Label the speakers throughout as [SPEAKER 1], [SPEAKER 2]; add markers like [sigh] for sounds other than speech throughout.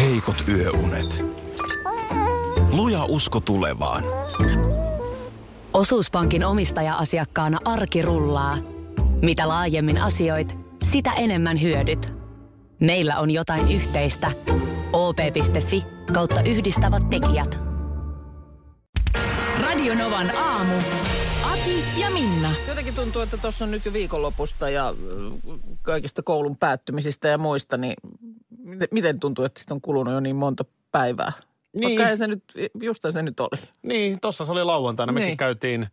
[SPEAKER 1] heikot yöunet. Luja usko tulevaan.
[SPEAKER 2] Osuuspankin omistaja-asiakkaana arki rullaa. Mitä laajemmin asioit, sitä enemmän hyödyt. Meillä on jotain yhteistä. op.fi kautta yhdistävät tekijät.
[SPEAKER 3] Radionovan aamu. Ati ja Minna.
[SPEAKER 4] Jotenkin tuntuu, että tuossa on nyt jo viikonlopusta ja äh, kaikista koulun päättymisistä ja muista, niin miten, miten tuntuu, että siitä on kulunut jo niin monta päivää?
[SPEAKER 5] Niin.
[SPEAKER 4] Vaikka ei se nyt, justaan se nyt oli.
[SPEAKER 5] Niin, tossa se oli lauantaina. Mekin
[SPEAKER 4] Niin.
[SPEAKER 5] käytiin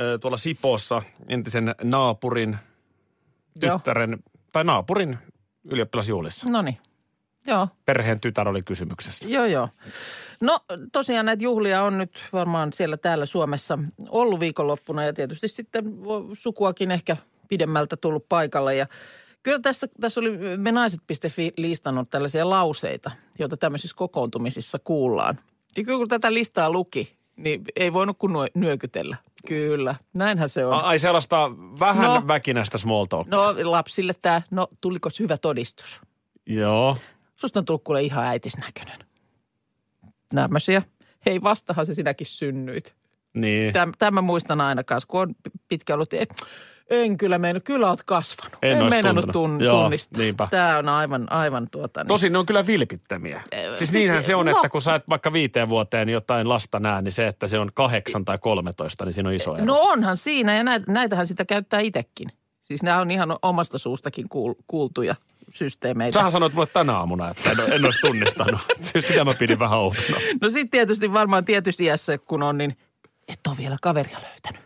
[SPEAKER 5] ö, tuolla Sipoossa entisen naapurin
[SPEAKER 4] Joo.
[SPEAKER 5] tyttären, tai naapurin ylioppilasjuhlissa.
[SPEAKER 4] No niin. Joo,
[SPEAKER 5] Perheen tytär oli kysymyksessä.
[SPEAKER 4] joo, joo. No tosiaan näitä juhlia on nyt varmaan siellä täällä Suomessa ollut viikonloppuna ja tietysti sitten voi- sukuakin ehkä pidemmältä tullut paikalle ja Kyllä tässä, tässä oli me naiset.fi listannut tällaisia lauseita, joita tämmöisissä kokoontumisissa kuullaan. Ja kyllä kun tätä listaa luki, niin ei voinut kuin nuo- nyökytellä. Kyllä, näinhän se on.
[SPEAKER 5] A- Ai sellaista vähän
[SPEAKER 4] No.
[SPEAKER 5] no. väkinästä small talk.
[SPEAKER 4] No lapsille tämä, no tuliko hyvä todistus?
[SPEAKER 5] Joo.
[SPEAKER 4] Susta on tullut kuule ihan äitisnäköinen. Nämmöisiä. Hei, vastahan se sinäkin synnyit.
[SPEAKER 5] Niin.
[SPEAKER 4] Tämä, tämä muistan aina kanssa, kun on pitkä ollut, en, en kyllä mennyt, kyllä oot kasvanut.
[SPEAKER 5] En
[SPEAKER 4] en
[SPEAKER 5] ois
[SPEAKER 4] meinannut
[SPEAKER 5] tuntenut.
[SPEAKER 4] tun,
[SPEAKER 5] Joo,
[SPEAKER 4] tunnistaa.
[SPEAKER 5] niinpä.
[SPEAKER 4] Tämä on aivan, aivan tuota. Niin.
[SPEAKER 5] Tosin ne on kyllä vilpittömiä.
[SPEAKER 4] Eh,
[SPEAKER 5] Siis
[SPEAKER 4] siis-
[SPEAKER 5] niinhän se on,
[SPEAKER 4] no.
[SPEAKER 5] että kun sä et vaikka viiteen vuoteen jotain lasta näe, niin se, että se on kahdeksan tai kolmetoista, niin siinä on iso ero.
[SPEAKER 4] No onhan siinä ja näit, näitähän sitä käyttää itsekin. Siis nämä on ihan omasta suustakin kuul, kuultuja systeemeitä.
[SPEAKER 5] Sähän sanoit mulle tänä aamuna, että en, en olisi tunnistanut. [laughs] Siis Sitä mä pidin vähän
[SPEAKER 4] [laughs]
[SPEAKER 5] outona.
[SPEAKER 4] No sitten tietysti varmaan tietysti iässä, kun on, niin et ole vielä kaveria löytänyt.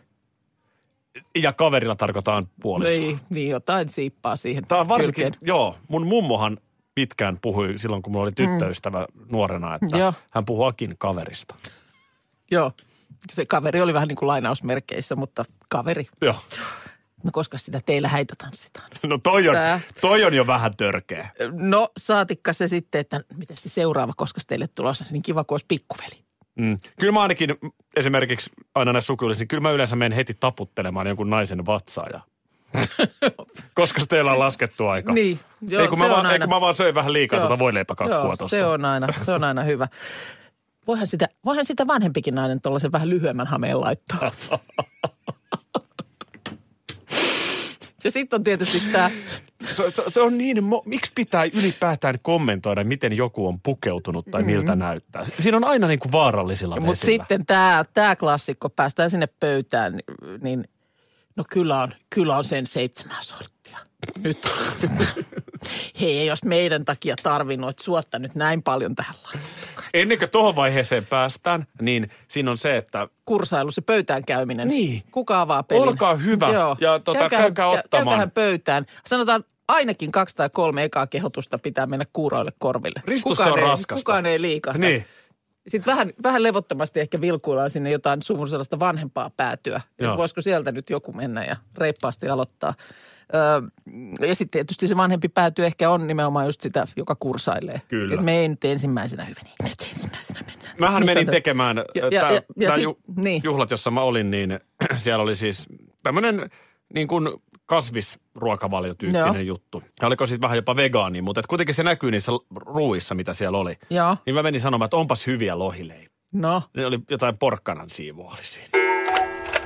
[SPEAKER 5] Ja kaverilla tarkoitaan puolisoa.
[SPEAKER 4] Niin, niin jotain siippaa siihen.
[SPEAKER 5] Tämä on varsinkin,
[SPEAKER 4] kylkeen.
[SPEAKER 5] joo, mun mummohan pitkään puhui silloin, kun mulla oli tyttöystävä nuorena, että
[SPEAKER 4] Mm. Joo.
[SPEAKER 5] hän puhuu Akin kaverista.
[SPEAKER 4] Joo. Se kaveri oli vähän niin kuin lainausmerkeissä, mutta kaveri.
[SPEAKER 5] Joo.
[SPEAKER 4] No koska sitä teillä häitä tanssitaan?
[SPEAKER 5] No toi on,
[SPEAKER 4] Tää.
[SPEAKER 5] toi on jo vähän törkeä.
[SPEAKER 4] No saatikka se sitten, että mitä se seuraava, koska se teille tulossa, niin kiva kun olisi pikkuveli.
[SPEAKER 5] Mm. Kyllä mä ainakin esimerkiksi aina näissä sukujuhlissa, niin kyllä mä yleensä menen heti taputtelemaan jonkun naisen vatsaa
[SPEAKER 4] [laughs]
[SPEAKER 5] ja... Koska teillä on laskettu aika.
[SPEAKER 4] Niin, joo,
[SPEAKER 5] ei, kun
[SPEAKER 4] se
[SPEAKER 5] mä
[SPEAKER 4] on
[SPEAKER 5] vaan, ei
[SPEAKER 4] aina.
[SPEAKER 5] kun mä vaan söin vähän liikaa
[SPEAKER 4] Joo.
[SPEAKER 5] tuota voileipäkakkua
[SPEAKER 4] Joo,
[SPEAKER 5] tuossa.
[SPEAKER 4] se on aina, se on aina hyvä. Voihan sitä, voihan sitä vanhempikin nainen tuollaisen vähän lyhyemmän hameen
[SPEAKER 5] [laughs]
[SPEAKER 4] laittaa. ja sitten on tietysti tämä,
[SPEAKER 5] Se, se, se on niin, mo- miksi pitää ylipäätään kommentoida, miten joku on pukeutunut tai miltä mm. näyttää. Si- Siinä on aina niin kuin vaarallisilla
[SPEAKER 4] mutta
[SPEAKER 5] vesillä.
[SPEAKER 4] sitten tämä, tämä klassikko, päästään sinne pöytään, niin- niin no kyllä on, kyllä on sen seitsemän sorttia. Nyt.
[SPEAKER 5] [laughs]
[SPEAKER 4] Hei, ei olisi meidän takia tarvinnut, että suotta nyt näin paljon tähän laittaa.
[SPEAKER 5] Ennen kuin tuohon vaiheeseen päästään, niin siinä on se, että
[SPEAKER 4] kursailu, se pöytään käyminen.
[SPEAKER 5] Niin.
[SPEAKER 4] Kuka avaa pelin?
[SPEAKER 5] Olkaa hyvä ja tota, käykää
[SPEAKER 4] kä-
[SPEAKER 5] ottamaan.
[SPEAKER 4] Käykähän pöytään. Sanotaan ainakin kaksi tai kolme ekaa kehotusta pitää mennä kuuroille korville.
[SPEAKER 5] Ristus
[SPEAKER 4] kukaan
[SPEAKER 5] on
[SPEAKER 4] ei,
[SPEAKER 5] raskasta.
[SPEAKER 4] Kukaan ei liikahda.
[SPEAKER 5] niin,
[SPEAKER 4] Sitten vähän, vähän levottomasti ehkä vilkuillaan sinne jotain suvun sellaista vanhempaa päätyä.
[SPEAKER 5] Joo.
[SPEAKER 4] Että voisiko sieltä nyt joku mennä ja reippaasti aloittaa. Öö, ja sitten tietysti se vanhempi päätyy ehkä on nimenomaan just sitä, joka kursailee.
[SPEAKER 5] Kyllä.
[SPEAKER 4] Et me ei nyt ensimmäisenä hyvin. Nyt ensimmäisenä mennään.
[SPEAKER 5] mähän
[SPEAKER 4] Missä
[SPEAKER 5] menin
[SPEAKER 4] te-
[SPEAKER 5] tekemään
[SPEAKER 4] Ja- ja-
[SPEAKER 5] tää-
[SPEAKER 4] ja- ja
[SPEAKER 5] tää
[SPEAKER 4] sit-
[SPEAKER 5] ju-
[SPEAKER 4] niin.
[SPEAKER 5] juhlat, jossa mä olin, niin [clears throat] siellä oli siis tämmöinen niin kuin kasvisruokavaliotyyppinen
[SPEAKER 4] Joo.
[SPEAKER 5] juttu. Ja oliko sitten vähän jopa vegaani, mutta et kuitenkin se näkyy niissä ruuissa, mitä siellä oli.
[SPEAKER 4] Joo.
[SPEAKER 5] Niin mä menin sanomaan, että onpas hyviä lohileipiä.
[SPEAKER 4] No.
[SPEAKER 5] Ne oli jotain porkkanan siivua oli siinä.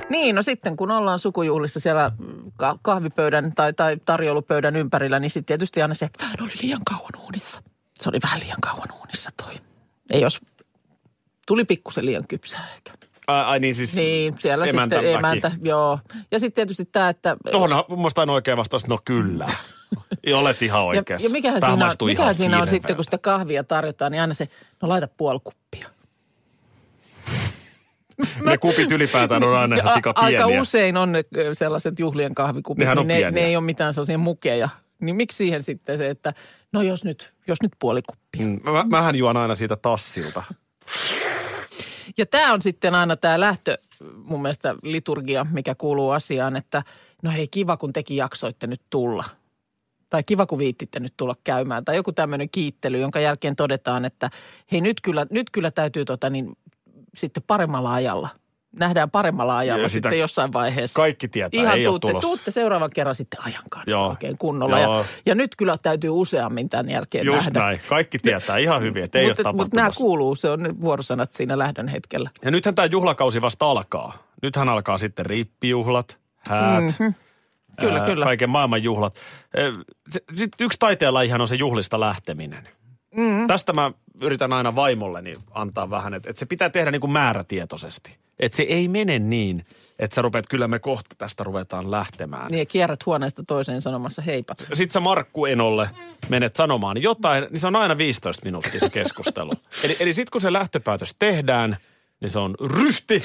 [SPEAKER 4] Niin, no sitten kun ollaan sukujuhlissa siellä mm, ka- kahvipöydän tai, tai tarjoulupöydän ympärillä, niin sitten tietysti aina se, tämä oli liian kauan uunissa. Se oli vähän liian kauan uunissa toi. Ei jos tuli pikkusen liian kypsää ehkä.
[SPEAKER 5] Ai, ai niin siis
[SPEAKER 4] Niin, siellä
[SPEAKER 5] emäntä
[SPEAKER 4] sitten
[SPEAKER 5] väki.
[SPEAKER 4] emäntä, joo. Ja sitten tietysti tämä, että...
[SPEAKER 5] Tuohon on mun mielestä aina oikea vastaus, no
[SPEAKER 4] [laughs]
[SPEAKER 5] kyllä. Ja Olet ihan
[SPEAKER 4] ja,
[SPEAKER 5] oikeassa.
[SPEAKER 4] ja mikähän
[SPEAKER 5] Tämä
[SPEAKER 4] siinä on,
[SPEAKER 5] maistuu ihan
[SPEAKER 4] mikähän siinä on
[SPEAKER 5] kiireempää.
[SPEAKER 4] sitten, kun sitä kahvia tarjotaan, niin aina se, no laita puoli kuppia.
[SPEAKER 5] Ne kupit ylipäätään on aina ihan
[SPEAKER 4] A-
[SPEAKER 5] sikapieniä.
[SPEAKER 4] Aika usein on ne ö, sellaiset juhlien kahvikupit,
[SPEAKER 5] Nehän on
[SPEAKER 4] niin ne, ne
[SPEAKER 5] pieniä.
[SPEAKER 4] ei ole mitään sellaisia mukeja. Niin miksi siihen sitten se, että no jos nyt, jos nyt puoli kuppia.
[SPEAKER 5] Mm, Mä, mähän juon aina siitä tassilta.
[SPEAKER 4] Ja tämä on sitten aina tämä lähtö, mun mielestä liturgia, mikä kuuluu asiaan, että no hei kiva kun tekin jaksoitte nyt tulla. Tai kiva kun viittitte nyt tulla käymään. Tai joku tämmöinen kiittely, jonka jälkeen todetaan, että hei nyt kyllä, nyt kyllä täytyy tota niin, sitten paremmalla ajalla nähdään paremmalla ajalla
[SPEAKER 5] Ja sitä
[SPEAKER 4] sitten jossain vaiheessa.
[SPEAKER 5] Kaikki tietää,
[SPEAKER 4] Ihan
[SPEAKER 5] ei ole
[SPEAKER 4] tuutte,
[SPEAKER 5] tulossa.
[SPEAKER 4] tuutte seuraavan kerran sitten ajan kanssa
[SPEAKER 5] Joo.
[SPEAKER 4] Joo. oikein kunnolla.
[SPEAKER 5] Joo.
[SPEAKER 4] Ja, ja, nyt kyllä täytyy useammin tämän jälkeen
[SPEAKER 5] Just
[SPEAKER 4] nähdä.
[SPEAKER 5] näin. Kaikki tietää ihan hyvin, että ei ole
[SPEAKER 4] mutta,
[SPEAKER 5] tapahtumassa.
[SPEAKER 4] mutta nämä kuuluu, se on ne vuorosanat siinä lähdön hetkellä.
[SPEAKER 5] Ja nythän tämä juhlakausi vasta alkaa. Nythän alkaa sitten riippijuhlat, häät,
[SPEAKER 4] Mhm.
[SPEAKER 5] mm-hmm.
[SPEAKER 4] Kyllä, kyllä.
[SPEAKER 5] kaiken maailman juhlat. Sitten yksi taiteenlajihan on se juhlista lähteminen. Mm-hmm. Tästä mä yritän aina vaimolleni antaa vähän, että, että se pitää tehdä niin kuin määrätietoisesti. Että se ei mene niin, että sä rupeat, kyllä me kohta tästä ruvetaan lähtemään.
[SPEAKER 4] Niin ja kierrät huoneesta toiseen sanomassa heipat.
[SPEAKER 5] Sitten sä Markku Enolle menet sanomaan jotain, niin se on aina 15 minuuttia se
[SPEAKER 4] [laughs]
[SPEAKER 5] keskustelu. eli eli sitten kun se lähtöpäätös tehdään, niin se on ryhti,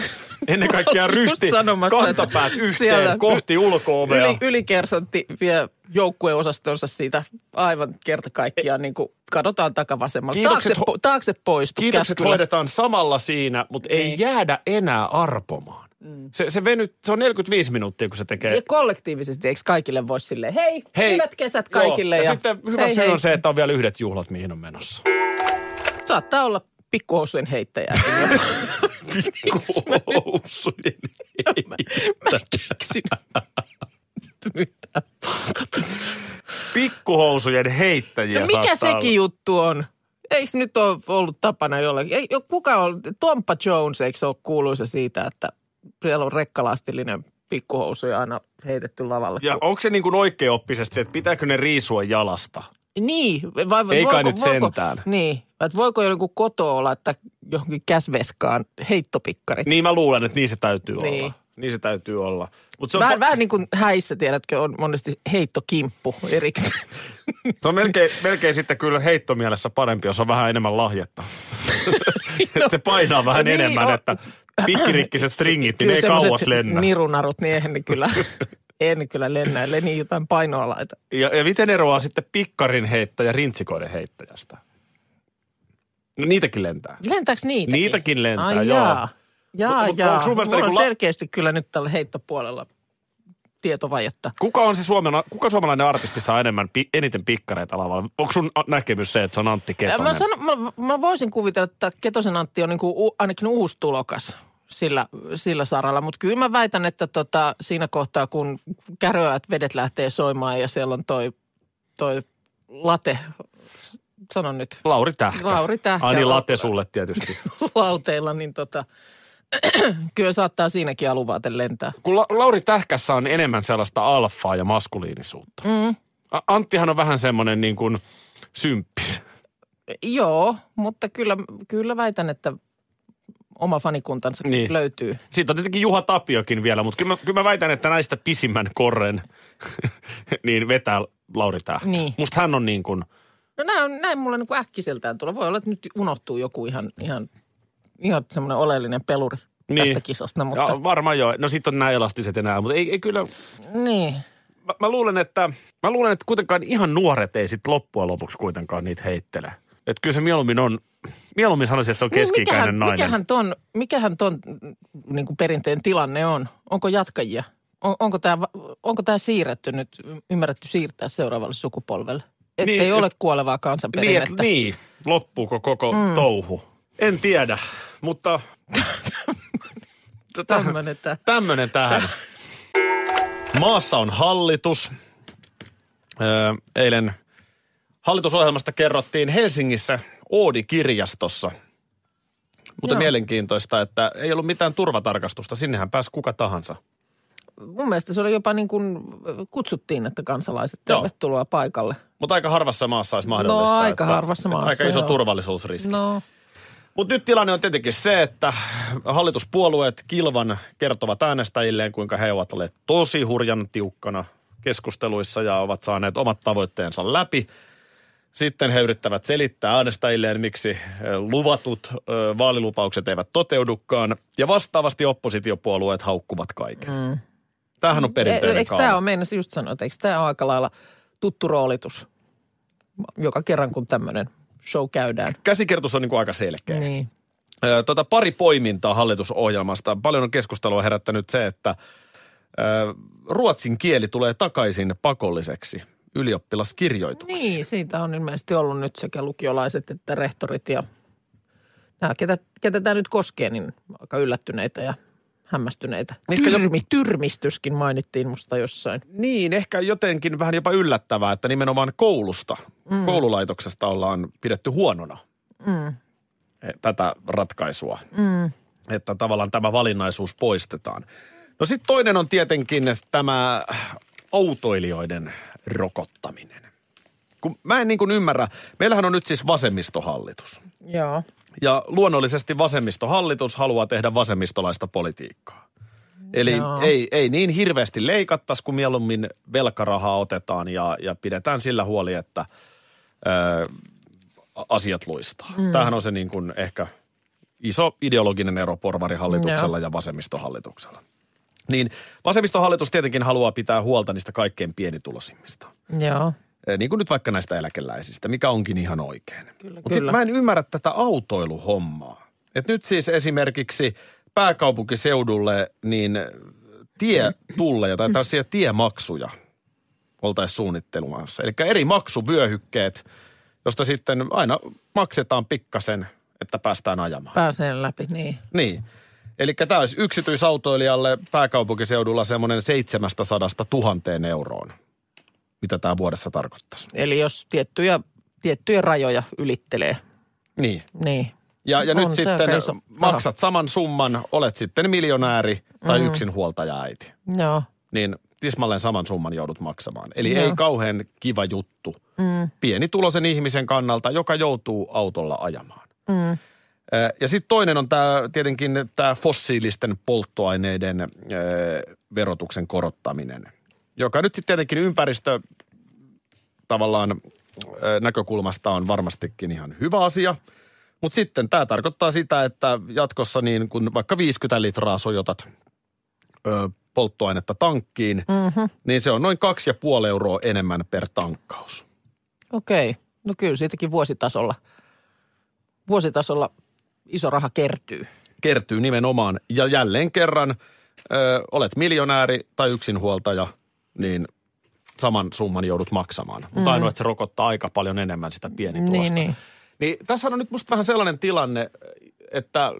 [SPEAKER 5] ennen kaikkea
[SPEAKER 4] Olin just
[SPEAKER 5] ryhti,
[SPEAKER 4] sanomassa,
[SPEAKER 5] kantapäät
[SPEAKER 4] että
[SPEAKER 5] yhteen
[SPEAKER 4] siellä-
[SPEAKER 5] kohti ulko-ovea.
[SPEAKER 4] Yli, ylikersantti vie joukkueosastonsa siitä aivan kerta kaikkiaan, niin kuin kadotaan takavasemmalle.
[SPEAKER 5] E- Kiitokset
[SPEAKER 4] Taakse,
[SPEAKER 5] ho-
[SPEAKER 4] po- taakse poistu
[SPEAKER 5] Kiitokset
[SPEAKER 4] käskyllä.
[SPEAKER 5] hoidetaan samalla siinä, mutta ei
[SPEAKER 4] Niin. Mm.
[SPEAKER 5] jäädä enää arpomaan. Se, se, venyt, se on 45 minuuttia, kun se tekee.
[SPEAKER 4] Ja kollektiivisesti, eikö kaikille voi silleen, hei, hei hyvät kesät
[SPEAKER 5] joo,
[SPEAKER 4] kaikille.
[SPEAKER 5] Ja, ja sitten hyvä
[SPEAKER 4] hei,
[SPEAKER 5] syy
[SPEAKER 4] hei.
[SPEAKER 5] on se, että on vielä yhdet juhlat, mihin on menossa.
[SPEAKER 4] Saattaa olla pikkuhousujen
[SPEAKER 5] [laughs]
[SPEAKER 4] heittäjä.
[SPEAKER 5] Pikkuhousujen
[SPEAKER 4] Mä [laughs] keksin mitään.
[SPEAKER 5] Pikkuhousujen heittäjiä
[SPEAKER 4] No mikä
[SPEAKER 5] saattaa olla.
[SPEAKER 4] sekin juttu on? Eikö nyt ole ollut tapana jollakin? Ei, jo- kuka on? Tompa Jones, eikö se ole kuuluisa siitä, että siellä on rekkalastillinen pikkuhousuja aina heitetty lavalle?
[SPEAKER 5] Ja onko se niin kuin oikeoppisesti, että pitääkö ne riisua jalasta?
[SPEAKER 4] Niin. Vai,
[SPEAKER 5] Ei
[SPEAKER 4] voiko,
[SPEAKER 5] kai nyt
[SPEAKER 4] voiko,
[SPEAKER 5] sentään.
[SPEAKER 4] Niin. Että voiko joku kotoa laittaa johonkin käsveskaan heittopikkarit?
[SPEAKER 5] Niin mä luulen, että niin se täytyy niin.
[SPEAKER 4] Niin.
[SPEAKER 5] olla. Niin se täytyy olla. Mut se, on,
[SPEAKER 4] Vähän,
[SPEAKER 5] vähän,
[SPEAKER 4] vähän niin kuin häissä, tiedätkö, on monesti heittokimppu erikseen.
[SPEAKER 5] se on melkein, melkein sitten kyllä heittomielessä parempi, jos on vähän
[SPEAKER 4] [laughs]
[SPEAKER 5] enemmän lahjetta. että se painaa vähän
[SPEAKER 4] Niin,
[SPEAKER 5] enemmän,
[SPEAKER 4] on.
[SPEAKER 5] että pikkirikkiset stringit, [laughs] niin
[SPEAKER 4] Kyllä
[SPEAKER 5] ne ei kauas
[SPEAKER 4] semmoset
[SPEAKER 5] lennä.
[SPEAKER 4] Nirunarut, niin eihän ne
[SPEAKER 5] [laughs]
[SPEAKER 4] kyllä, en kyllä lennä, ellei niin jotain painoa laita.
[SPEAKER 5] Ja, ja miten eroaa sitten pikkarin heittäjä rintsikoiden heittäjästä? No niitäkin lentää.
[SPEAKER 4] Lentääkö niitäkin?
[SPEAKER 5] Niitäkin lentää,
[SPEAKER 4] Ai
[SPEAKER 5] joo.
[SPEAKER 4] jaa. Jaa,
[SPEAKER 5] Mut- mut
[SPEAKER 4] jaa.
[SPEAKER 5] onks sun
[SPEAKER 4] Mulla
[SPEAKER 5] mielestä
[SPEAKER 4] on
[SPEAKER 5] niinku la-
[SPEAKER 4] selkeästi kyllä nyt tällä heittopuolella tietovajetta.
[SPEAKER 5] Kuka on se suomala, kuka suomalainen artisti saa enemmän, pi- eniten pikkareita lavalla? Onko sun a- näkemys se, että se on Antti Ketonen?
[SPEAKER 4] Mä, sanon, mä, mä, voisin kuvitella, että Ketosen Antti on niinku u, ainakin uusi tulokas sillä, sillä saralla. Mutta kyllä mä väitän, että tota, siinä kohtaa, kun käröät vedet lähtee soimaan ja siellä on toi, toi late, sano nyt,
[SPEAKER 5] Lauri Tähkä.
[SPEAKER 4] Lauri Tähkä.
[SPEAKER 5] Ai niin, late sulle
[SPEAKER 4] [laughs]
[SPEAKER 5] tietysti.
[SPEAKER 4] lauteilla, niin tota, [clears throat] kyllä saattaa siinäkin aluvaaten lentää.
[SPEAKER 5] Kun La- Lauri Tähkässä on enemmän sellaista alfaa ja maskuliinisuutta.
[SPEAKER 4] Mm.
[SPEAKER 5] A- Anttihan on vähän semmoinen niin kuin symppis.
[SPEAKER 4] Joo, mutta kyllä, kyllä väitän, että oma fanikuntansa
[SPEAKER 5] Niin.
[SPEAKER 4] niin. löytyy.
[SPEAKER 5] Sitten on tietenkin Juha Tapiokin vielä, mutta kyllä mä, kyllä mä väitän, että näistä pisimmän korren [laughs] niin vetää Lauri Tähkä.
[SPEAKER 4] Niin.
[SPEAKER 5] Musta hän on niin kuin,
[SPEAKER 4] No näin, näin mulle niin äkkiseltään tulla. Voi olla, että nyt unohtuu joku ihan, ihan, ihan semmoinen oleellinen peluri niin.
[SPEAKER 5] Niin.
[SPEAKER 4] tästä kisasta.
[SPEAKER 5] mutta...
[SPEAKER 4] Mutta,
[SPEAKER 5] ja varmaan joo, no sitten on nämä elastiset enää, mutta ei, ei kyllä,
[SPEAKER 4] niin.
[SPEAKER 5] mä, mä, luulen, että, mä luulen, että kuitenkaan ihan nuoret ei sitten loppujen lopuksi kuitenkaan niitä heittele. Että kyllä se mieluummin on, mieluummin sanoisin, että se on keski-ikäinen
[SPEAKER 4] Niin, mikähän,
[SPEAKER 5] nainen.
[SPEAKER 4] Mikähän ton, mikähän ton niin kuin perinteen tilanne on? Onko jatkajia? On, onko tämä onko tää siirretty nyt, ymmärretty siirtää seuraavalle sukupolvelle? Että
[SPEAKER 5] Niin,
[SPEAKER 4] niin, ei
[SPEAKER 5] et-
[SPEAKER 4] ole kuolevaa
[SPEAKER 5] Niin, et,
[SPEAKER 4] kansanperinnettä.
[SPEAKER 5] niin, loppuuko koko mm. touhu? En tiedä,
[SPEAKER 4] [laughs]
[SPEAKER 5] mutta
[SPEAKER 4] [laughs] Tämmönen, että
[SPEAKER 5] tämmöinen tähän. Maassa on hallitus. Öö, eilen hallitusohjelmasta kerrottiin Helsingissä Oodi-kirjastossa. Mutta
[SPEAKER 4] Joo.
[SPEAKER 5] mielenkiintoista, että ei ollut mitään turvatarkastusta. Sinnehän pääsi kuka tahansa.
[SPEAKER 4] mun mielestä se oli jopa niin kuin kutsuttiin, että kansalaiset
[SPEAKER 5] Joo.
[SPEAKER 4] tervetuloa paikalle.
[SPEAKER 5] Mutta aika harvassa maassa olisi mahdollista.
[SPEAKER 4] No, aika harvassa maassa,
[SPEAKER 5] Aika iso
[SPEAKER 4] joo.
[SPEAKER 5] turvallisuusriski.
[SPEAKER 4] No,
[SPEAKER 5] Mutta nyt tilanne on tietenkin se, että hallituspuolueet kilvan kertovat äänestäjilleen, kuinka he ovat olleet tosi hurjan tiukkana keskusteluissa ja ovat saaneet omat tavoitteensa läpi. Sitten he yrittävät selittää äänestäjilleen, miksi ö, luvatut ö, vaalilupaukset eivät toteudukaan. Ja vastaavasti oppositiopuolueet haukkuvat kaiken. Mm. Tämähän on
[SPEAKER 4] e-
[SPEAKER 5] perinteinen
[SPEAKER 4] eikö tämä
[SPEAKER 5] kaava.
[SPEAKER 4] ole, meinasin just sanoa, että eikö tämä ole aika lailla tuttu roolitus joka kerran, kun tämmöinen show käydään.
[SPEAKER 5] Käsikirjoitus on niin kuin aika selkeä.
[SPEAKER 4] Niin.
[SPEAKER 5] Ö, Tota, pari poimintaa hallitusohjelmasta. Paljon on keskustelua herättänyt se, että ö, ruotsin kieli tulee takaisin pakolliseksi ylioppilaskirjoituksiin.
[SPEAKER 4] Niin, siitä on ilmeisesti ollut nyt sekä lukiolaiset että rehtorit ja nämä, ketä, ketä tämä nyt koskee, niin aika yllättyneitä ja hämmästyneitä.
[SPEAKER 5] Ehkä jo-
[SPEAKER 4] Tyrmi, tyrmistyskin mainittiin musta jossain.
[SPEAKER 5] Niin, ehkä jotenkin vähän jopa yllättävää, että nimenomaan koulusta, mm. koululaitoksesta ollaan pidetty huonona E,
[SPEAKER 4] Mm.
[SPEAKER 5] tätä ratkaisua.
[SPEAKER 4] Mm.
[SPEAKER 5] että tavallaan tämä valinnaisuus poistetaan. No sitten toinen on tietenkin tämä autoilijoiden rokottaminen. Kun mä en niin kuin ymmärrä, meillähän on nyt siis vasemmistohallitus.
[SPEAKER 4] Joo.
[SPEAKER 5] Ja luonnollisesti vasemmistohallitus haluaa tehdä vasemmistolaista politiikkaa. Eli
[SPEAKER 4] Joo.
[SPEAKER 5] ei, ei niin hirveästi leikattaisi, kun mieluummin velkarahaa otetaan ja, ja pidetään sillä huoli, että ö, a- asiat luistaa. Mm. Tämähän on se niin kuin ehkä iso ideologinen ero porvarihallituksella ja vasemmistohallituksella. Niin vasemmistohallitus tietenkin haluaa pitää huolta niistä kaikkein pienitulosimmista.
[SPEAKER 4] Joo.
[SPEAKER 5] Eh, Niin kuin nyt vaikka näistä eläkeläisistä, mikä onkin ihan oikein.
[SPEAKER 4] Kyllä,
[SPEAKER 5] Mutta
[SPEAKER 4] kyllä.
[SPEAKER 5] mä en ymmärrä tätä autoiluhommaa. Et nyt siis esimerkiksi pääkaupunkiseudulle niin tietulleja tai tällaisia tiemaksuja oltaisiin suunnittelemassa. Eli eri maksuvyöhykkeet, josta sitten aina maksetaan pikkasen, että päästään ajamaan.
[SPEAKER 4] Pääsee läpi, niin.
[SPEAKER 5] Niin. Eli tämä olisi yksityisautoilijalle pääkaupunkiseudulla semmoinen 700 000 euroon, mitä tämä vuodessa tarkoittaisi.
[SPEAKER 4] Eli jos tiettyjä, tiettyjä rajoja ylittelee,
[SPEAKER 5] Niin.
[SPEAKER 4] niin.
[SPEAKER 5] Ja, ja
[SPEAKER 4] On
[SPEAKER 5] nyt
[SPEAKER 4] se
[SPEAKER 5] sitten
[SPEAKER 4] aika iso raha.
[SPEAKER 5] maksat saman summan, olet sitten miljonääri tai
[SPEAKER 4] Mm-hmm.
[SPEAKER 5] mm. yksinhuoltaja äiti.
[SPEAKER 4] Joo.
[SPEAKER 5] Niin tismalleen saman summan joudut maksamaan. Eli
[SPEAKER 4] Joo.
[SPEAKER 5] ei kauhean kiva juttu
[SPEAKER 4] Mm.
[SPEAKER 5] pienituloisen ihmisen kannalta, joka joutuu autolla ajamaan.
[SPEAKER 4] Mm.
[SPEAKER 5] Ö, Ja sitten toinen on tää, tietenkin tämä fossiilisten polttoaineiden ö, verotuksen korottaminen, joka nyt sitten tietenkin ympäristö tavallaan ö, näkökulmasta on varmastikin ihan hyvä asia. Mutta sitten tämä tarkoittaa sitä, että jatkossa niin kun vaikka 50 litraa sojotat ö, polttoainetta tankkiin,
[SPEAKER 4] Mm-hmm.
[SPEAKER 5] niin se on noin 2,5 euroa enemmän per tankkaus.
[SPEAKER 4] Okei. No kyllä siitäkin vuositasolla, vuositasolla iso raha kertyy.
[SPEAKER 5] kertyy nimenomaan. Ja jälleen kerran, ö, olet miljonääri tai yksinhuoltaja, niin saman summan joudut maksamaan. Mutta ainoa, että se rokottaa aika paljon enemmän sitä pienitulosta.
[SPEAKER 4] Mhm. Niin, niin.
[SPEAKER 5] Niin tässä on nyt musta vähän sellainen tilanne, että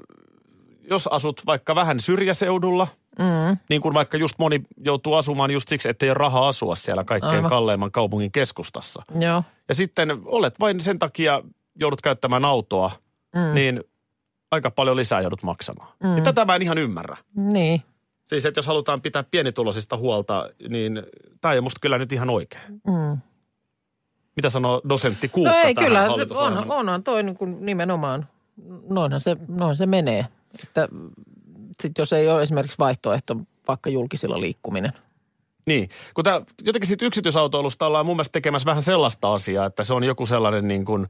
[SPEAKER 5] jos asut vaikka vähän syrjäseudulla,
[SPEAKER 4] Mm.
[SPEAKER 5] niin kuin vaikka just moni joutuu asumaan just siksi, ettei ole rahaa asua siellä kaikkein
[SPEAKER 4] Aivan.
[SPEAKER 5] kalleimman kaupungin keskustassa.
[SPEAKER 4] Joo.
[SPEAKER 5] Ja sitten olet vain sen takia, joudut käyttämään autoa,
[SPEAKER 4] Mm.
[SPEAKER 5] niin aika paljon lisää joudut maksamaan. Mm. Ja tätä mä en ihan ymmärrä.
[SPEAKER 4] Niin.
[SPEAKER 5] Siis, että jos halutaan pitää pienituloisista huolta, niin tämä ei ole musta kyllä nyt ihan oikein.
[SPEAKER 4] Mm.
[SPEAKER 5] Mitä sanoo dosentti Kuukka
[SPEAKER 4] No ei,
[SPEAKER 5] tähän
[SPEAKER 4] kyllä se
[SPEAKER 5] hallitusohjelmaan?
[SPEAKER 4] on, onhan toi niin kuin nimenomaan, noinhan se, noin se menee. Että sit jos ei ole esimerkiksi vaihtoehto vaikka julkisilla liikkuminen.
[SPEAKER 5] Niin, kun tää, jotenkin siitä yksityisautoilusta ollaan mun mielestä tekemässä vähän sellaista asiaa, että se on joku sellainen niin kuin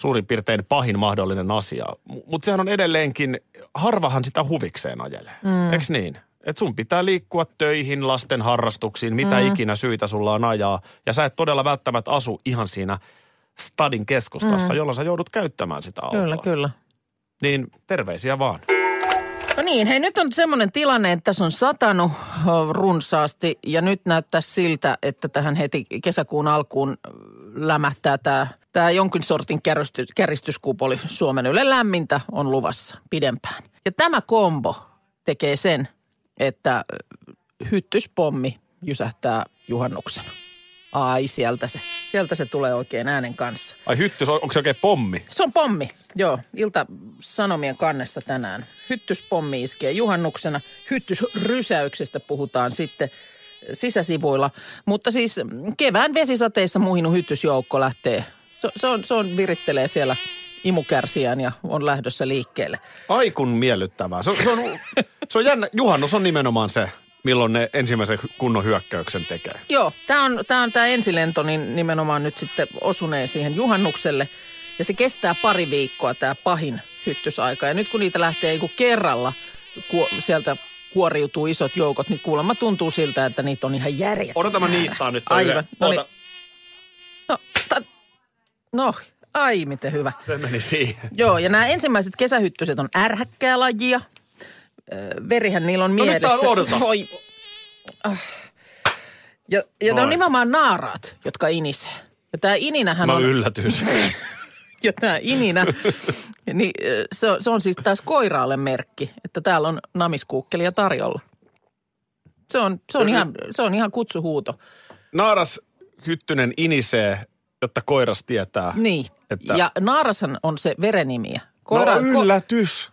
[SPEAKER 5] suurin piirtein pahin mahdollinen asia. Mutta sehän on edelleenkin, harvahan sitä huvikseen ajelee, mm. eikö niin? Et sun pitää liikkua töihin, lasten harrastuksiin, mitä mm. ikinä syitä sulla on ajaa. Ja sä et todella välttämättä asu ihan siinä stadin keskustassa, mm. jolloin sä joudut käyttämään sitä autoa.
[SPEAKER 4] Kyllä, kyllä.
[SPEAKER 5] Niin terveisiä vaan.
[SPEAKER 4] No niin, hei nyt on semmoinen tilanne, että tässä on satanut ö, runsaasti ja nyt näyttää siltä, että tähän heti kesäkuun alkuun ö, lämähtää tämä, tämä jonkin sortin käristy, käristyskupoli Suomen Yle lämmintä on luvassa pidempään. Ja tämä kombo tekee sen, että ö, hyttyspommi jysähtää juhannuksena. Ai, sieltä se, sieltä se tulee oikein äänen kanssa.
[SPEAKER 5] Ai hyttys, on- onko se oikein pommi?
[SPEAKER 4] Se on pommi, joo. Ilta-Sanomien kannessa tänään. Hyttyspommi iskee juhannuksena. Hyttysrysäyksestä puhutaan sitten sisäsivuilla. Mutta siis kevään vesisateissa muhinut hyttysjoukko lähtee. Se, se, on, se on virittelee siellä imukärsijän ja on lähdössä liikkeelle.
[SPEAKER 5] Ai kun miellyttävää. Se, on- se, on, se on jännä. Juhannus on nimenomaan se, milloin ne ensimmäisen kunnon hyökkäyksen tekee.
[SPEAKER 4] Joo, tämä on tämä on tää ensilento niin nimenomaan nyt sitten osuneen siihen juhannukselle. Ja se kestää pari viikkoa tämä pahin hyttysaika. Ja nyt kun niitä lähtee niin kuin kerralla, kuo, sieltä kuoriutuu isot joukot, niin kuulemma tuntuu siltä, että niitä on ihan järjet.
[SPEAKER 5] Odota mä niittaan nyt.
[SPEAKER 4] Aivan.
[SPEAKER 5] yhden.
[SPEAKER 4] No
[SPEAKER 5] Oota,
[SPEAKER 4] No, ta, no, ai miten hyvä.
[SPEAKER 5] se meni siihen.
[SPEAKER 4] Joo, ja nämä ensimmäiset kesähyttyset on ärhäkkää lajia. Ö, Verihän niillä on
[SPEAKER 5] No nyt
[SPEAKER 4] mielessä.
[SPEAKER 5] taas odota.
[SPEAKER 4] Voi. Ah. Ja, ja ne on
[SPEAKER 5] Noin.
[SPEAKER 4] nimenomaan naaraat, jotka inisee. Ja tämä ininähän
[SPEAKER 5] Mä
[SPEAKER 4] on...
[SPEAKER 5] yllätyin.
[SPEAKER 4] ja tämä ininä, niin ö, se, on- se on siis taas koiraalle merkki, että täällä on namiskuukkelia tarjolla. Se on, se on, ihan, se on ihan kutsuhuuto.
[SPEAKER 5] Naaras Hyttynen inisee, jotta koiras tietää.
[SPEAKER 4] Niin.
[SPEAKER 5] Että-
[SPEAKER 4] Ja naarashan on se verenimiä.
[SPEAKER 5] no
[SPEAKER 4] Koira, ko,
[SPEAKER 5] yllätys.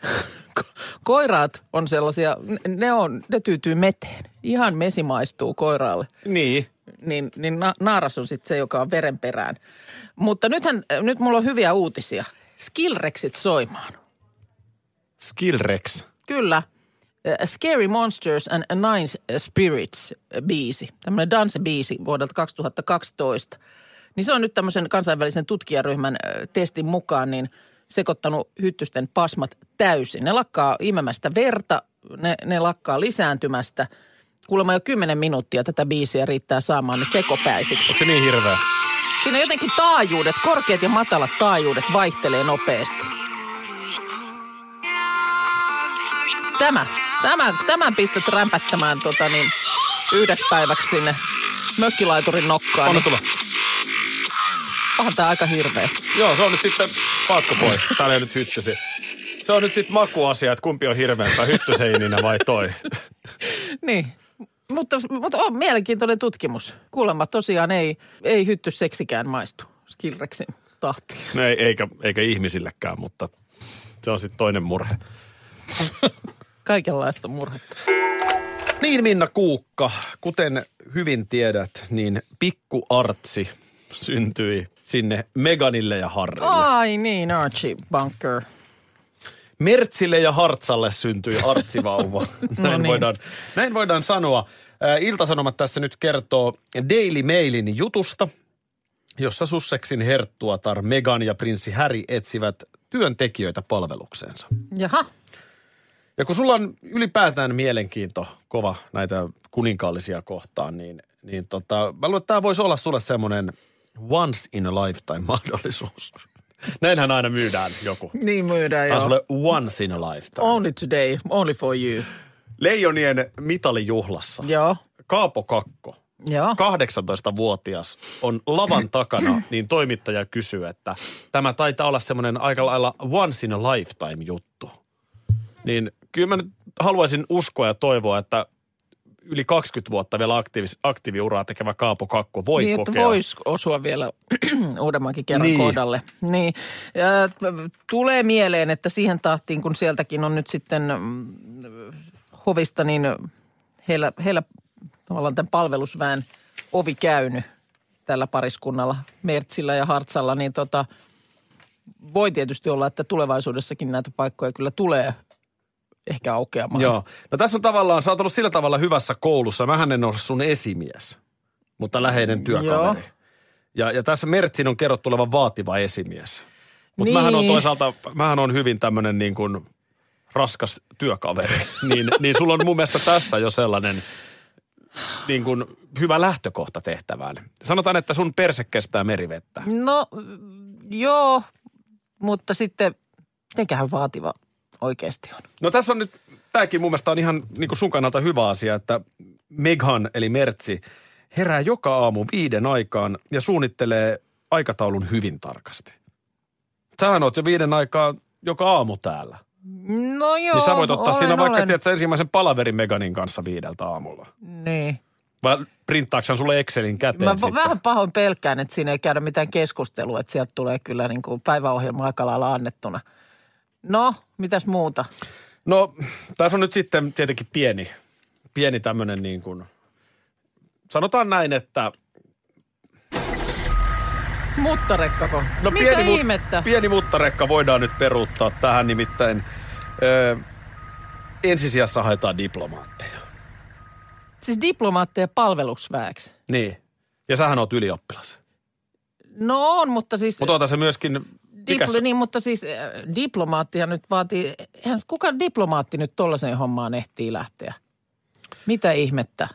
[SPEAKER 4] koiraat on sellaisia, ne- ne, on, ne tyytyy meteen. Ihan mesi maistuu koiraalle.
[SPEAKER 5] niin.
[SPEAKER 4] niin, niin na- naaras on sitten se, joka on verenperään. Mutta nythän, nyt mulla on hyviä uutisia. Skillrexit soimaan.
[SPEAKER 5] Skillrex.
[SPEAKER 4] Kyllä. Äh, Scary Monsters and Nine Spirits äh, biisi. Tämmöinen dance-biisi vuodelta 2012. Niin se on nyt tämmöisen kansainvälisen tutkijaryhmän äh, testin mukaan niin sekoittanut hyttysten pasmat täysin. Ne lakkaa imemästä verta, ne, ne lakkaa lisääntymästä. Kuulemma jo 10 minuuttia tätä biisiä riittää saamaan ne sekopäisiksi.
[SPEAKER 5] Onko se niin hirveä?
[SPEAKER 4] Siinä jotenkin taajuudet, korkeat ja matalat taajuudet vaihtelee nopeasti. Tämä, tämä, tämän pistät rämpättämään tota niin, yhdeksi päiväksi sinne mökkilaiturin nokkaan.
[SPEAKER 5] Anna
[SPEAKER 4] Niin,
[SPEAKER 5] tulla.
[SPEAKER 4] onhan tämä aika hirveä.
[SPEAKER 5] Joo, se on nyt sitten paatko pois. Täällä ei nyt hyttysi. Se on nyt sitten makuasia, että kumpi on hirveämpää, hyttyseninä vai toi.
[SPEAKER 4] Niin. Mutta, mutta on mielenkiintoinen tutkimus. Kuulemma tosiaan ei, ei hytty seksikään maistu Skillrexin tahtiin.
[SPEAKER 5] No ei, eikä, eikä ihmisillekään, mutta se on sitten toinen murhe.
[SPEAKER 4] Kaikenlaista murhetta.
[SPEAKER 5] Niin Minna Kuukka, kuten hyvin tiedät, niin pikku Artsi syntyi sinne Meganille ja Harrille.
[SPEAKER 4] Ai niin, Archie Bunker.
[SPEAKER 5] Mertsille ja Hartsalle syntyi
[SPEAKER 4] [laughs]
[SPEAKER 5] artsivauva. näin,
[SPEAKER 4] No niin.
[SPEAKER 5] voidaan, näin voidaan sanoa. Ää, Iltasanomat tässä nyt kertoo Daily Mailin jutusta, jossa Sussexin herttuatar Megan ja prinssi Harry etsivät työntekijöitä palvelukseensa.
[SPEAKER 4] Jaha.
[SPEAKER 5] Ja kun sulla on ylipäätään mielenkiinto kova näitä kuninkaallisia kohtaan, niin, niin tota, mä luulen, että tämä voisi olla sulle semmoinen once in a lifetime mahdollisuus. Näinhän aina myydään joku.
[SPEAKER 4] Niin myydään
[SPEAKER 5] Tämä on
[SPEAKER 4] joo.
[SPEAKER 5] sulle once in a lifetime.
[SPEAKER 4] Only today, only for you.
[SPEAKER 5] Leijonien mitalijuhlassa
[SPEAKER 4] Joo,
[SPEAKER 5] Kaapo Kakko,
[SPEAKER 4] joo.
[SPEAKER 5] 18-vuotias, on lavan
[SPEAKER 4] [clears throat]
[SPEAKER 5] takana, niin toimittaja kysyy, että tämä taitaa olla semmoinen aika lailla once in a lifetime juttu. Niin kyllä mä nyt haluaisin uskoa ja toivoa, että yli 20 vuotta vielä aktiivis, aktiiviuraa tekevä Kaapo Kakko voi
[SPEAKER 4] niin, että
[SPEAKER 5] kokea.
[SPEAKER 4] voisi osua vielä [clears throat] uudemmankin kerran
[SPEAKER 5] Niin.
[SPEAKER 4] niin. kohdalle. Niin. Ja, t- tulee mieleen, että siihen tahtiin, kun sieltäkin on nyt sitten mm, hovista, niin heillä, heillä tavallaan tämän palvelusväen ovi käynyt tällä pariskunnalla, Mertsillä ja Hartsalla, niin tota, voi tietysti olla, että tulevaisuudessakin näitä paikkoja kyllä tulee ehkä aukeamaan.
[SPEAKER 5] Joo. No tässä on tavallaan, sä oot ollut sillä tavalla hyvässä koulussa. Mähän en ole sun esimies, mutta läheinen
[SPEAKER 4] Mm,
[SPEAKER 5] työkaveri.
[SPEAKER 4] Joo.
[SPEAKER 5] Ja, ja tässä Mertsin on kerrottu olevan vaativa esimies. Mutta niin.
[SPEAKER 4] Niin.
[SPEAKER 5] mähän on toisaalta, mähän on hyvin tämmöinen niin kuin raskas työkaveri. [laughs] niin, niin sulla on mun mielestä tässä jo sellainen niin kuin hyvä lähtökohta tehtävään. Sanotaan, että sun perse kestää merivettä.
[SPEAKER 4] No joo, mutta sitten mitäköhän vaativa oikeasti on.
[SPEAKER 5] No tässä on nyt, tämäkin mun mielestä on ihan niin kuin sun kannalta hyvä asia, että Meghan eli Mertsi herää joka aamu viiden aikaan ja suunnittelee aikataulun hyvin tarkasti. Sähän oot jo viiden aikaa joka aamu täällä.
[SPEAKER 4] No joo,
[SPEAKER 5] niin sä voit ottaa
[SPEAKER 4] olen,
[SPEAKER 5] siinä vaikka
[SPEAKER 4] olen.
[SPEAKER 5] tiedät, sä ensimmäisen palaverin Meganin kanssa viideltä aamulla.
[SPEAKER 4] Niin.
[SPEAKER 5] Vai printtaako hän sulle Excelin käteen
[SPEAKER 4] Mä
[SPEAKER 5] sitten?
[SPEAKER 4] sitten. vähän pahoin pelkään, että siinä ei käydä mitään keskustelua, että sieltä tulee kyllä niin kuin päiväohjelma aika lailla annettuna. No, mitäs muuta?
[SPEAKER 5] No, tässä on nyt sitten tietenkin pieni, pieni tämmöinen niin kuin, sanotaan näin, että
[SPEAKER 4] Muttarekkako?
[SPEAKER 5] No
[SPEAKER 4] Mitä
[SPEAKER 5] pieni, mut-
[SPEAKER 4] ihmettä?
[SPEAKER 5] pieni muttarekka voidaan nyt peruuttaa tähän nimittäin. Öö, ensisijassa haetaan diplomaatteja.
[SPEAKER 4] siis diplomaatteja palvelusväeksi.
[SPEAKER 5] Niin. Ja sähän oot ylioppilas.
[SPEAKER 4] No on, mutta siis...
[SPEAKER 5] Mutta oota se myöskin... Mikäs,
[SPEAKER 4] Dipl- niin, mutta siis äh, diplomaattihan nyt vaatii, eihän- kuka diplomaatti nyt tollaiseen hommaan ehtii lähteä? Mitä ihmettä?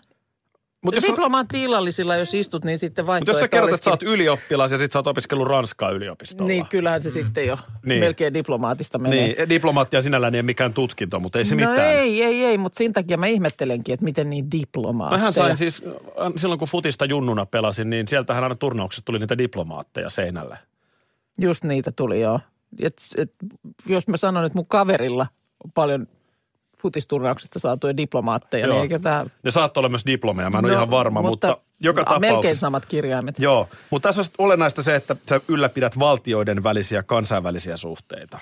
[SPEAKER 5] mut jos, mut
[SPEAKER 4] diplomaatti illallisilla, jos istut, niin sitten vaihtoehto
[SPEAKER 5] jos sä kerrot, että sä oot
[SPEAKER 4] olisikin-
[SPEAKER 5] ylioppilas ja sit sä oot opiskellut Ranskaa yliopistolla.
[SPEAKER 4] Niin, kyllähän se sitten jo
[SPEAKER 5] [laughs] Niin.
[SPEAKER 4] niin. melkein diplomaatista menee.
[SPEAKER 5] Niin, diplomaattia sinällään ei ole mikään tutkinto, mutta ei se
[SPEAKER 4] no
[SPEAKER 5] mitään.
[SPEAKER 4] ei, ei, ei, mutta sen takia mä ihmettelenkin, että miten niin diplomaatteja.
[SPEAKER 5] Mähän sain siis, äh, silloin kun futista junnuna pelasin, niin sieltähän aina turnauksessa tuli niitä diplomaatteja seinälle.
[SPEAKER 4] Just niitä tuli, joo. Et, et, jos mä sanon, että mun kaverilla on paljon futisturnauksesta saatuja diplomaatteja,
[SPEAKER 5] Joo.
[SPEAKER 4] niin eikö tämä...
[SPEAKER 5] Ne saattoi olla myös diplomeja, mä en ole ihan varma, mutta, mutta joka
[SPEAKER 4] No, a, Melkein
[SPEAKER 5] tapauksessa.
[SPEAKER 4] samat kirjaimet.
[SPEAKER 5] Joo, mutta tässä on sit olennaista se, että sä ylläpidät valtioiden välisiä kansainvälisiä suhteita.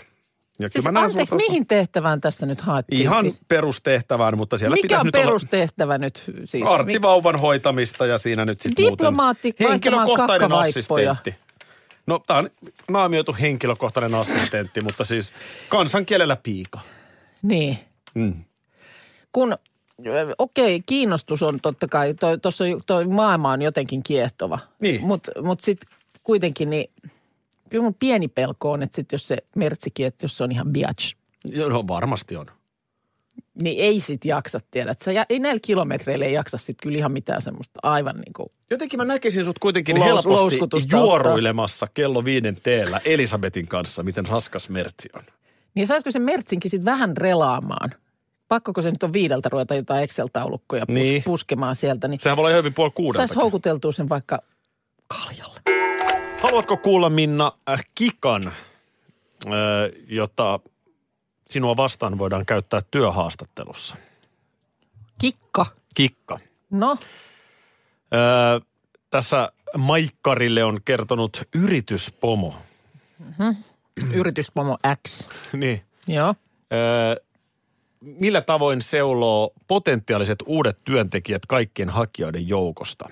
[SPEAKER 5] Ja
[SPEAKER 4] Siis
[SPEAKER 5] kyllä mä näen
[SPEAKER 4] anteeksi,
[SPEAKER 5] sun-
[SPEAKER 4] mihin tehtävään tässä nyt haettiin?
[SPEAKER 5] Ihan
[SPEAKER 4] siis,
[SPEAKER 5] perustehtävään, mutta siellä
[SPEAKER 4] mikä
[SPEAKER 5] pitäisi
[SPEAKER 4] on
[SPEAKER 5] nyt olla
[SPEAKER 4] perustehtävä nyt? Siis,
[SPEAKER 5] artsivauvan hoitamista ja siinä nyt sitten
[SPEAKER 4] Diplomaatti
[SPEAKER 5] muuten.
[SPEAKER 4] vaihtamaan
[SPEAKER 5] Henkilökohtainen
[SPEAKER 4] kakkavaippoja.
[SPEAKER 5] assistentti. No tämä on naamioitu henkilökohtainen assistentti, [laughs] mutta siis kansankielellä piika.
[SPEAKER 4] Mi- niin.
[SPEAKER 5] Mm.
[SPEAKER 4] kun, ö, okei, kiinnostus on totta kai, toi, tossa, on ju- toi maailma on jotenkin kiehtova.
[SPEAKER 5] Niin.
[SPEAKER 4] Mutta mut, mut sitten kuitenkin, niin kyllä mun pieni pelko on, että sit jos se mertsikin, että jos se on ihan biatch,
[SPEAKER 5] Joo, No varmasti on.
[SPEAKER 4] niin ei sit jaksa tiedä. Sä, ja, ei näillä kilometreillä ei jaksa sit kyllä ihan mitään semmoista aivan niin kuin,
[SPEAKER 5] Jotenkin mä näkisin sut kuitenkin
[SPEAKER 4] Lous-
[SPEAKER 5] helposti
[SPEAKER 4] louskutusta
[SPEAKER 5] juoruilemassa kello viiden teellä Elisabetin kanssa, miten raskas mertsi on.
[SPEAKER 4] niin saisiko se mertsinkin sit vähän relaamaan? Pakkoko se nyt on viideltä ruveta jotain Excel-taulukkoja pus-
[SPEAKER 5] Niin.
[SPEAKER 4] puskemaan sieltä, niin
[SPEAKER 5] Sehän voi olla ihan hyvin puoli kuudelta.
[SPEAKER 4] saisi houkuteltua sen vaikka kaljalle.
[SPEAKER 5] Haluatko kuulla, Minna, äh, kikan, äh, jota sinua vastaan voidaan käyttää työhaastattelussa?
[SPEAKER 4] Kikka.
[SPEAKER 5] Kikka.
[SPEAKER 4] No,
[SPEAKER 5] Öö, tässä Maikkarille on kertonut yrityspomo.
[SPEAKER 4] yrityspomo X.
[SPEAKER 5] Niin.
[SPEAKER 4] Joo.
[SPEAKER 5] Öö, millä tavoin seuloo potentiaaliset uudet työntekijät kaikkien hakijoiden joukosta?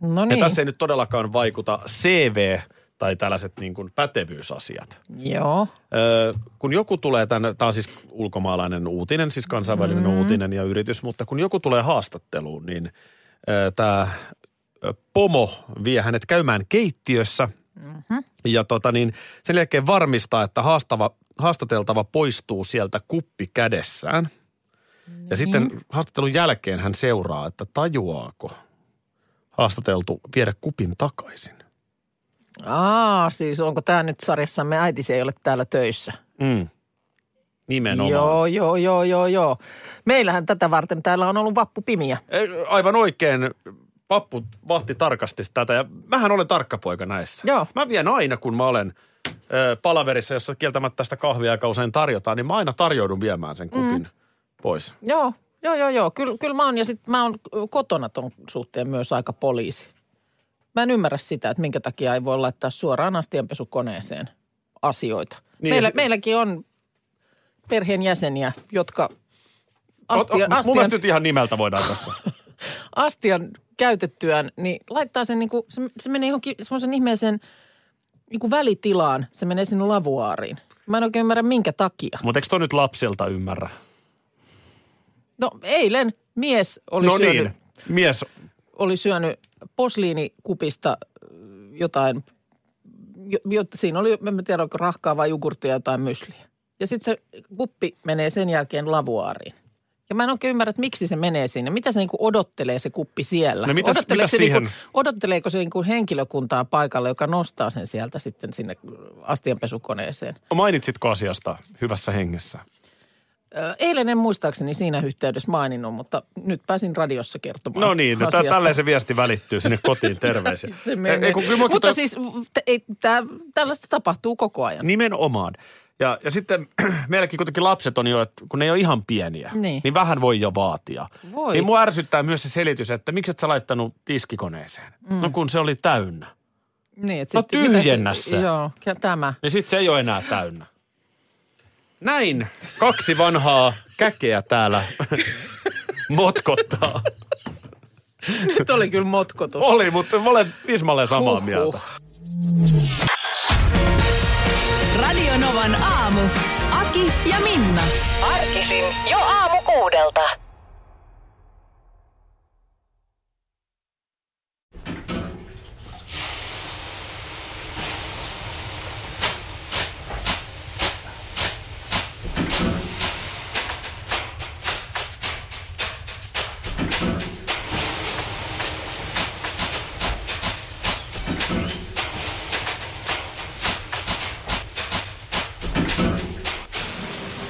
[SPEAKER 4] No
[SPEAKER 5] Ja
[SPEAKER 4] niin.
[SPEAKER 5] tässä ei nyt todellakaan vaikuta CV tai tällaiset niin kuin pätevyysasiat.
[SPEAKER 4] Joo.
[SPEAKER 5] Öö, kun joku tulee tänne, tämä on siis ulkomaalainen uutinen, siis kansainvälinen mm. uutinen ja yritys, mutta kun joku tulee haastatteluun, niin öö, tämä pomo vie hänet käymään keittiössä mm-hmm. ja tota niin, sen jälkeen varmistaa, että haastava, haastateltava poistuu sieltä kuppi kädessään. Ja sitten haastattelun jälkeen hän seuraa, että tajuaako haastateltu viedä kupin takaisin.
[SPEAKER 4] Aa, siis onko tämä nyt sarjassamme äitisi ei ole täällä töissä?
[SPEAKER 5] Mm. Nimenomaan.
[SPEAKER 4] Joo, joo, joo, joo, joo. Meillähän tätä varten täällä on ollut vappupimiä.
[SPEAKER 5] Ei, Aivan oikein. Pappu vahti tarkasti tätä ja mähän olen tarkka poika näissä.
[SPEAKER 4] Joo.
[SPEAKER 5] Mä vien aina, kun mä olen ö, palaverissa, jossa kieltämättä tästä kahvia aika usein tarjotaan, niin mä aina tarjoudun viemään sen kupin mm. pois.
[SPEAKER 4] Joo, joo, joo, joo. Kyllä, kyllä mä oon ja sitten mä oon ö, kotona ton suhteen myös aika poliisi. Mä en ymmärrä sitä, että minkä takia ei voi laittaa suoraan astianpesukoneeseen asioita.
[SPEAKER 5] Niin,
[SPEAKER 4] Niin, Meillä,
[SPEAKER 5] ja
[SPEAKER 4] se...
[SPEAKER 5] se-
[SPEAKER 4] Meilläkin on perheenjäseniä, jotka
[SPEAKER 5] Ot-
[SPEAKER 4] astian,
[SPEAKER 5] ot- Mun
[SPEAKER 4] astian,
[SPEAKER 5] mielestä nyt ihan nimeltä voidaan tässä.
[SPEAKER 4] astian käytettyään, niin laittaa sen niin kuin, se, se menee johonkin semmoisen ihmeeseen niin kuin välitilaan. Se menee sinne lavuaariin. Mä en oikein ymmärrä minkä takia.
[SPEAKER 5] Mutta eikö toi nyt lapsilta ymmärrä?
[SPEAKER 4] No eilen mies oli,
[SPEAKER 5] no
[SPEAKER 4] syönyt,
[SPEAKER 5] niin, mies.
[SPEAKER 4] oli syönyt posliinikupista äh, jotain, jo, jo, siinä oli, en mä tiedä onko rahkaa vai jogurttia jotain mysliä. Ja sitten se kuppi menee sen jälkeen lavuaariin. Ja mä en oikein ymmärrä, että miksi se menee sinne. Mitä se niinku odottelee se kuppi siellä?
[SPEAKER 5] No mitäs-
[SPEAKER 4] Odotteleeko
[SPEAKER 5] mitäs
[SPEAKER 4] se niinku-
[SPEAKER 5] siihen-
[SPEAKER 4] odotteleeko se niinku henkilökuntaa paikalle, joka nostaa sen sieltä sitten sinne astianpesukoneeseen?
[SPEAKER 5] Mainitsitko asiasta hyvässä hengessä?
[SPEAKER 4] Ö, Eilen en muistaakseni siinä yhteydessä maininnut, mutta nyt pääsin radiossa kertomaan
[SPEAKER 5] No niin, no tä-
[SPEAKER 4] Ah, asiasta.
[SPEAKER 5] tälleen se viesti välittyy sinne kotiin, terveisiä.
[SPEAKER 4] [laughs] Se menee.
[SPEAKER 5] Ei, kun kyllä mäkin
[SPEAKER 4] Mutta
[SPEAKER 5] toi-
[SPEAKER 4] siis t- ei, tää, tällaista tapahtuu koko ajan.
[SPEAKER 5] Nimenomaan. Ja, ja sitten [clears throat] meilläkin kuitenkin lapset on jo, että kun ne ei ole ihan pieniä,
[SPEAKER 4] Niin.
[SPEAKER 5] niin vähän voi jo vaatia.
[SPEAKER 4] Voi.
[SPEAKER 5] Niin mua ärsyttää myös se selitys, että miksi et sä laittanut tiskikoneeseen? Mm. No kun se oli täynnä.
[SPEAKER 4] Niin, et
[SPEAKER 5] No
[SPEAKER 4] sit- mitä
[SPEAKER 5] tyhjennä se.
[SPEAKER 4] Joo, ja tämä.
[SPEAKER 5] Niin sit se ei ole enää täynnä. Näin kaksi vanhaa käkeä täällä [laughs] motkottaa.
[SPEAKER 4] Nyt oli kyllä motkotus.
[SPEAKER 5] Oli, mutta mä olen tismalleen samaa
[SPEAKER 4] Huhhuh.
[SPEAKER 5] mieltä.
[SPEAKER 3] Radio Novan aamu. Aki ja Minna.
[SPEAKER 6] Arkisin jo aamu kuudelta.